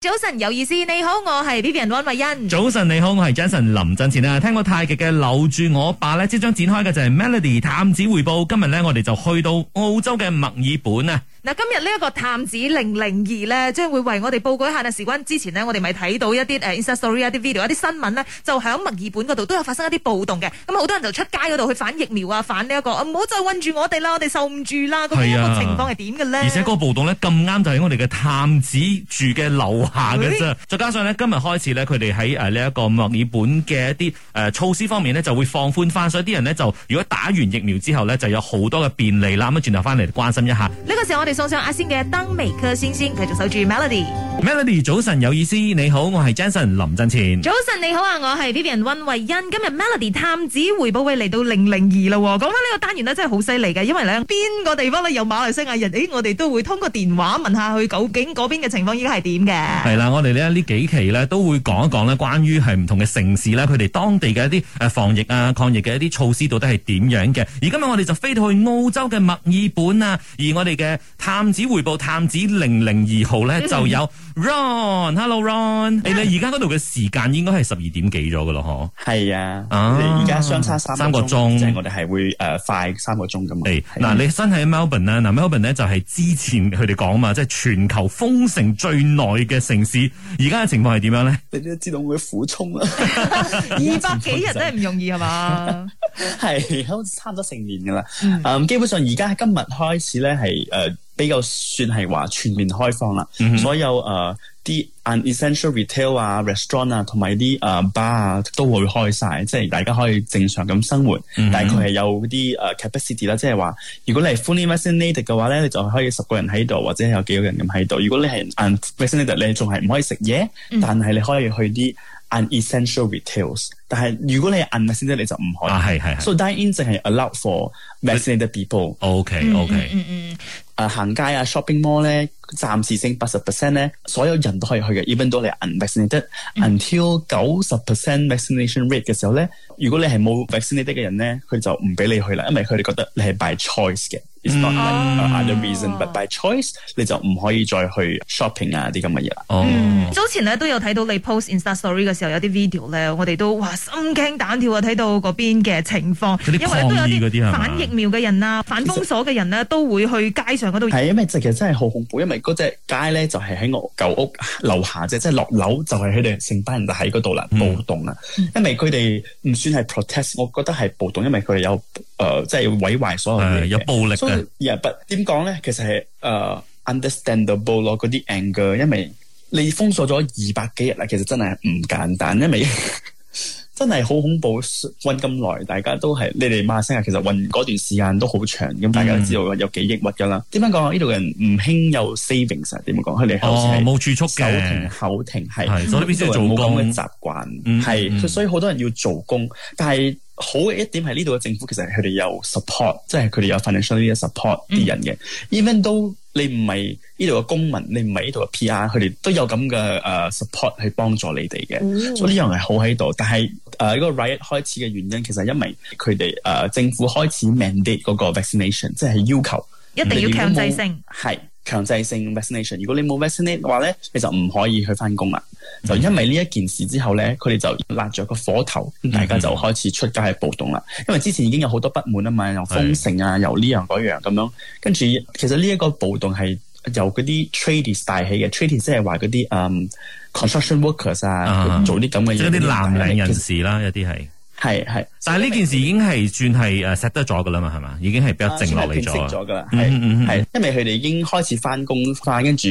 早晨有意思，你好，我係 Vivian 溫慧欣。早晨，你好，我係 Jason 林振前啊！聽過太極嘅留住我吧咧，即將展開嘅就係 Melody 探子回報。今日咧，我哋就去到澳洲嘅墨爾本啊！嗱，今日呢一個探子零零二咧，將會為我哋報告一下啊！事關之前呢，我哋咪睇到一啲誒 Insta Story 一啲 video 一啲新聞呢，就喺墨爾本嗰度都有發生一啲暴動嘅。咁好多人就出街嗰度去反疫苗啊，反呢、一個啊唔好再困住我哋啦，我哋受唔住啦。咁呢一係個啊情況係點嘅咧？而且嗰個暴動咧咁啱就喺我哋嘅探子住嘅樓下嘅啫，再加上咧今日開始咧，佢哋喺呃誒呢一個墨爾本嘅一啲誒、呃措施方面咧就會放寬翻，所以啲人咧就如果打完疫苗之後咧就有好多嘅便利啦。咁啊轉頭翻嚟關心一下呢個時候我哋送上阿仙嘅《燈微科星星》，繼續守住 Melody。 Melody 早晨有意思，你好，我係 Jason 林振前。早晨你好啊，我係 Vivian 温慧欣。今日 Melody 探子回報會嚟到零零二啦喎，講翻呢個單元咧真係好犀利嘅，因為咧邊個地方咧有馬來西亞人，誒我哋都會通過電話問下佢究竟嗰邊嘅情況應該係點嘅。係啦，我哋咧呢幾期咧都會講一講咧，關於呃係唔同嘅城市咧，佢哋當啊地嘅一啲誒防疫啊、抗疫嘅一啲措施到底係點樣嘅？而今日我哋就飛到去澳洲嘅墨爾本啊，而我哋嘅探子回報探子零零二號咧嗯就有 Ron，Hello Ron，你哋而家嗰度嘅時間應該係十二點幾咗噶咯，係啊，啊我哋而家相差三三個個鐘鐘，即係我哋係會誒快三個鐘咁嘛。嗬？誒，係啊嗱，你身喺 Melbourne 啦，嗱 Melbourne 咧就係之前佢哋講嘛，即係全球封城最耐嘅城市，而家嘅情況係點樣咧？你都知道我嘅苦衷啦，二百幾日真係唔容易係哦嘛？ 係好似差唔多成年噶啦。嗯，基本上而家今日開始咧係誒比較算係話全面開放啦，所有誒啲 unessential retail 啊、restaurant 啊，同埋啲誒 bar 啊都會開晒，即係大家可以正常咁生活。但係佢係有啲誒 capacity 啦，即係話如果你係 fully vaccinated 嘅話咧，你就可以十個人喺度，或者係有幾個人咁喺度。如果你係 unvaccinated，你仲係唔可以食嘢，但係你可以去啲 unessential retails。但係如果你係 unvaccinated，你就唔哦可以。啊係係係嗯 So dine in 淨係 allow for vaccinated people。 O K O K，嗯嗯誒行街啊、shopping mall 咧，暫時性八十 percent 咧，所有人都可以去嘅，even 到你 unvaccinated，until 九十 percent vaccination rate 嘅時候咧，如果你係冇 vaccinated 嘅人咧，佢就唔俾你去啦，因為佢哋覺得你係 by choice 嘅，it's not like、other reason，but by choice 你就唔可以再去 shopping 啊啲咁嘅嘢啦。哦。嗯，早前咧都有睇到你 post Insta Story 嘅時候有啲 video 咧，我哋都哇心驚膽跳啊！睇到嗰邊嘅情況，嗰啲因為都抗議有嗰啲係嘛反疫苗嘅人啊、反封鎖嘅人呢，都會去街上嗰度係因為其實真係好恐怖，因為嗰隻街咧就係喺我舊屋樓下啫，即係落樓就係佢哋成班人就喺嗰度啦，暴動啦。因為佢哋唔算係 protest，我覺得係暴動，因為佢哋有誒、呃即係毀壞所有嘢誒嘅有暴力嘅哦所以，yeah，but dạ, 點講咧？其實係誒、呃 understandable 咯，嗰啲 anger，因為你封鎖咗二百幾日啦，其實真係唔簡單， 因為。真係好恐怖，韞咁耐，大家都係你哋馬來西亞其實韞嗰段時間都好長，咁大家都知道有幾抑鬱噶啦。點樣講啊？呢度嘅人唔興有 savings 啊？點樣講？佢哋好似哦係，冇儲蓄手停嘅，口停係係，所以必須要做工呢度人冇咁嘅習嗯慣，嗯係，所以好多人要做工，但係。好嘅一點係呢度嘅政府其實佢哋有 support，即係佢哋有 financial 呢啲 support 嗯啲人嘅。even 都你唔係呢度嘅公民，你唔係呢度嘅 PR，佢哋都有咁嘅誒 support 去幫助你哋嘅。嗯所以呢樣係好喺度，但係誒呢個 riot 開始嘅原因其實係因為佢哋誒政府開始 mandate 嗰個 vaccination，即係要求。一定要強制性。係強制性 vaccination。如果你冇 vaccinate 嘅話咧，你就唔可以去翻工啦。就因為呢一件事之後咧，佢哋就揦着個火頭，大家嗯就開始出街去暴動啦。因為之前已經有好多不滿啊嘛，又封城啊，又呢樣嗰樣咁樣。跟住其實呢一個暴動係由嗰啲 tradies 帶起嘅，tradies 即係話嗰啲嗯 construction workers 啊啊，做啲咁嘅嘢。即係啲藍領人其實士啦，有啲係。係係，但係呢件事已經係算係誒 set 得咗噶啦嘛，係嘛？已經係比較啊靜落嚟算係平息咗。咗噶啦，係嗯嗯嗯係，因為佢哋已經開始翻工翻，跟住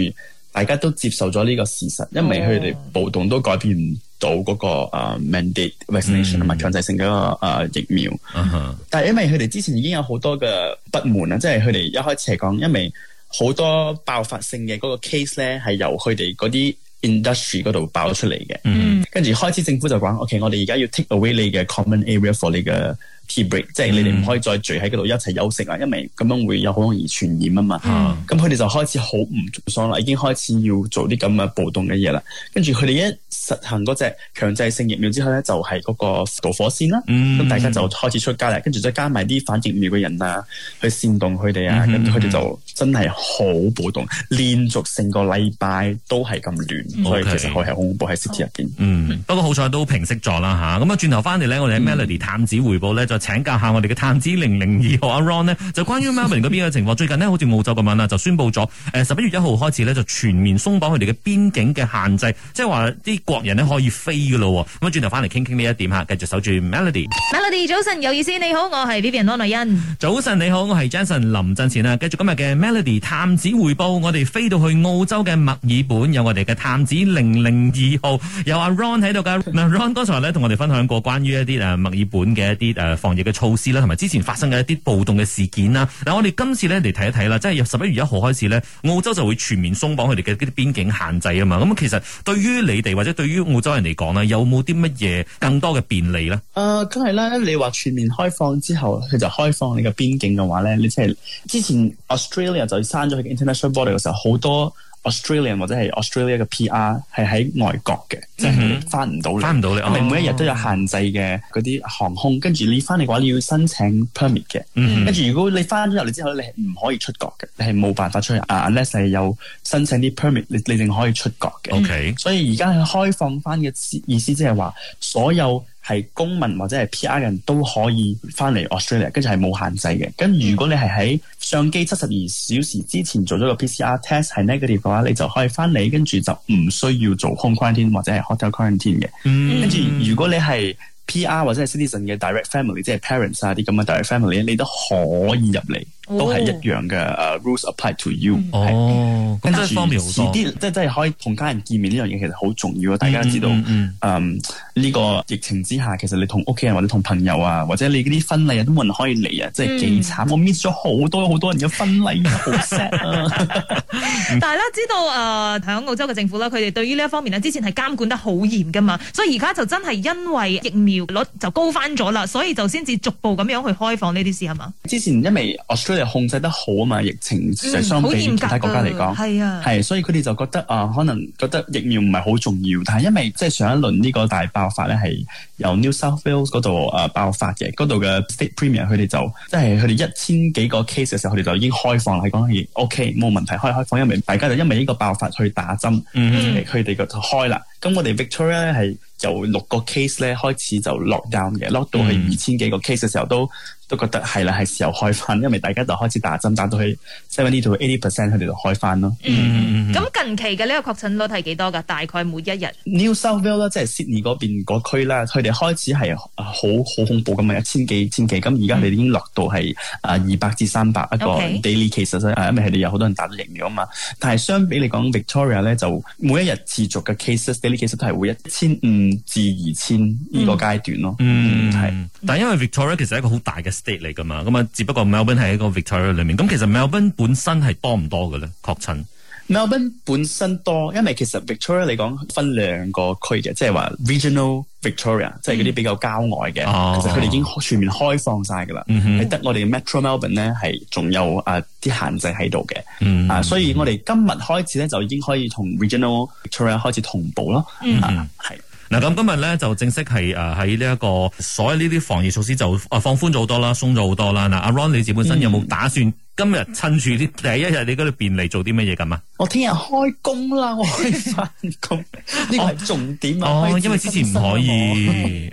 大家都接受咗呢個事實，因為佢哋暴動都改變唔到嗰個誒 mandate vaccination 同埋強制性嗰個呃誒疫苗。嗯哼但係因為佢哋之前已經有好多嘅不滿啊啦，即係佢哋一開始係講，因為好多爆發性嘅嗰個 case 咧係由佢哋嗰啲 industry 嗰度爆出嚟嘅。嗯跟住開始政府就講，OK，我哋而家要 take away 你嘅 common area for 你嘅 tea break，即係你哋唔可以再聚喺嗰度一齊休息啊啦，因為咁樣會有好容易傳染啊嘛。嗯咁佢哋就開始好唔做喪啦，已經開始要做啲咁嘅暴動嘅嘢啦。跟住佢哋一實行嗰隻強制性疫苗之後咧，就係嗰個導火線啦。嗯咁大家就開始出街啦，跟住再加埋啲反疫苗嘅人啊，去煽動佢哋啊，嗯哼跟住佢哋就真係好暴動，連續成個禮拜都係咁亂，所以其 OK 實佢係好恐怖喺 city 入邊。嗯，不過好彩都平息咗啦吓，咁啊，轉頭翻嚟咧，我哋喺 Melody 探子回報咧，就請教下我哋嘅探子零零二號阿啊 Ron 呢，就關於 Melbourne 嗰邊嘅情況。最近呢，好似澳洲咁樣啦，就宣布咗誒十一月一號開始咧，就全面鬆綁佢哋嘅邊境嘅限制，即係話啲國人呢可以飛噶咯喎。咁啊，轉頭翻嚟傾傾呢一點嚇，繼續守住 Melody。 Melody 早晨有意思，你好，我係 Vivian 安麗欣。嗯早晨你好，我係 Jason 林振前啊，繼續今日嘅 Melody 探子匯報，我哋飛到去澳洲嘅墨爾本，有我哋嘅探子零零二號，有阿 Ron 喺度噶。嗱，Ron 剛才咧同我哋分享過關於一啲誒墨爾本嘅一啲誒防疫嘅措施啦，同埋之前發生嘅一啲暴動嘅事件啦。嗱，我哋今次咧嚟睇一睇啦，即係由十一月一號開始咧，澳洲就會全面鬆綁佢哋嘅啲邊境限制啊嘛。咁其實對於你哋或者對於澳洲人嚟講咧，有冇啲乜嘢更多嘅便利咧？誒，啊梗係啦！你話全面開放之後，佢就開放你個邊境嘅話咧，你即係之前 Australia 就刪咗佢嘅 international border 嘅時候，好多 Australian 或者係 Australia 嘅 PR 係喺外國嘅，即係翻唔到嚟，嗯翻唔到嚟因為哦每一日都有限制嘅嗰啲航空，跟住你翻嚟嘅話，你要申請 permit 嘅。嗯跟住如果你翻咗入嚟之後咧，你係唔可以出國嘅，你係冇辦法出去啊，unless 你有申請啲 permit，你你淨可以出國嘅。 ，OK，所以而家係開放翻嘅意思，即係話所有係公民或者係 P.R. 人都可以翻嚟 Australia，跟住係冇限制嘅。咁如果你係喺上機七十二小時之前做咗個 P.C.R. test 係 negative 嘅話，你就可以翻嚟，跟住就唔需要做 home quarantine 或者係 hotel quarantine 嘅。嗯跟住如果你係 P.R. 或者係 citizen 嘅 direct family，即係 parents 啊啲咁嘅 direct family，你都可以入嚟，都係一樣嘅誒 rules apply to you 係。哦，咁真係方便好多遲。啲即係真係可以同家人見面呢樣嘢，其實好重要啊！大家都知道，嗯嗯嗯，呢個疫情之下，其實你同屋企人或者同朋友啊，或者你嗰啲婚禮啊，都冇人可以嚟啊，嗯真係幾慘！我 miss 咗好多好多人嘅婚禮，好 sad 啊！但係咧，知道誒啊喺澳洲嘅政府咧，佢哋對於呢一方面咧，啊之前係監管得好嚴噶嘛，所以而家就真係因為疫苗率就高翻咗啦，所以就先至逐步咁樣去開放呢啲事係嘛？之前因為 Australia 控制得好啊嘛，疫情就相嗯好比嚴其格㗎他國家嚟講。係啊，係，所以佢哋就覺得啊、可能覺得疫苗唔係好重要，但係因為即係上一輪呢個大爆發咧，係由 New South Wales 嗰度啊爆發嘅，嗰度嘅 State Premier 佢哋就即係佢哋一千幾個 case 嘅時候，佢哋就已經開放啦，係講係 OK 冇問題，可以開放，因為大家就因為呢個爆發去打針，嗯佢哋個就開啦。咁我哋 Victoria 咧係由六個 case 咧開始就 lock down 嘅，lock 到去嗯二千幾個 case 嘅時候都。都覺得係啦，係時候開翻，因為大家就開始打針，打到去 seventy to eighty percent，佢哋就開翻咯。嗯嗯嗯咁近期嘅呢個確診率係幾多㗎？大概每一日 New South Wales 啦，即係 Sydney 嗰邊嗰區啦，佢哋開始係啊好好恐怖咁啊，一千幾千幾，咁而家佢哋已經落到係啊二百至三百一個 OK daily cases 啊，因為佢哋有好多人打咗疫苗啊嘛。但係相比你講 Victoria 咧，就每一日持續嘅 cases daily cases 都係會一千五至二千呢個階段咯。嗯，係。係。但係因為 Victoria 其實係一個好大嘅 state 嚟㗎嘛，咁啊，只不過 Melbourne 係一個 Victoria 裏面。咁其實 Melbourne 本身係多唔多嘅咧？確診 Melbourne 本身多，因為其實 Victoria 嚟講分兩個區嘅，即係話 Regional Victoria，即係嗰啲比較郊外嘅，哦其實佢哋已經全面開放晒㗎啦。嗯哼係得我哋 Metro Melbourne 咧係仲有啊啲限制喺度嘅，嗯啊，所以我哋今日開始咧就已經可以同 Regional Victoria 開始同步咯。嗯，係。嗱，咁今日咧就正式係誒喺呢一個所有呢啲防疫措施就啊放寬咗好多啦，鬆咗好多啦。嗱，阿 Ron 你自己本身有冇打算今日趁住啲第一日你嗰度便利做啲乜嘢咁啊？我聽日開工啦，我可以翻 工，呢個係重點啊！哦可以，因為之前唔可健身啊我以。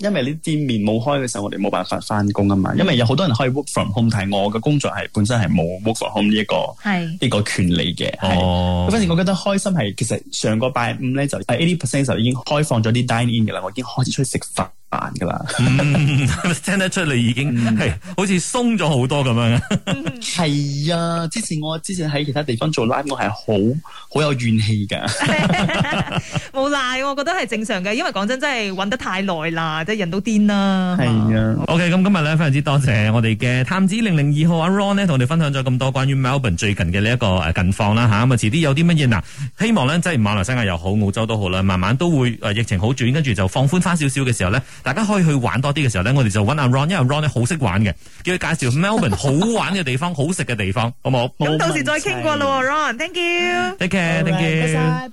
因為你店面冇開嘅時候，我哋冇辦法翻工啊嘛。因為有好多人可以 work from home，但係我嘅工作係本身係冇 work from home 呢、一個係。呢個權利嘅。係哦咁反正我覺得開心係，其實上個拜五咧就啊 eighty percent 就已經開放咗啲 dine in 嘅啦，我已經開始出去食飯㗎啦。嗯，聽得出你已經係好似鬆咗好多咁樣。係啊，之前我之前喺其他地方做 live，我係好好有怨氣㗎。冇賴，我覺得係正常嘅，因為講真真係揾得太耐啦，即係人都癲啦。係啊。 OK，咁今日咧非常之多謝我哋嘅探子零零二號阿 Ron 咧，同我哋分享咗咁多關於 Melbourne 最近嘅呢一個誒近況啦吓，咁啊遲啲有啲乜嘢嗱，希望咧即係馬來西亞又好，澳洲都好啦，慢慢都會誒疫情好轉，跟住就放寬翻少少嘅時候咧，大家可以去玩多啲嘅時候咧，我哋就揾阿 Ron，因為 Ron 咧好識玩嘅，叫佢介紹 Melbourne 好玩嘅地方、好食嘅地方，好冇咁冇到時再問題傾過咯喎，Ron，thank you。 ？Take care，thank you。 Alright，拜拜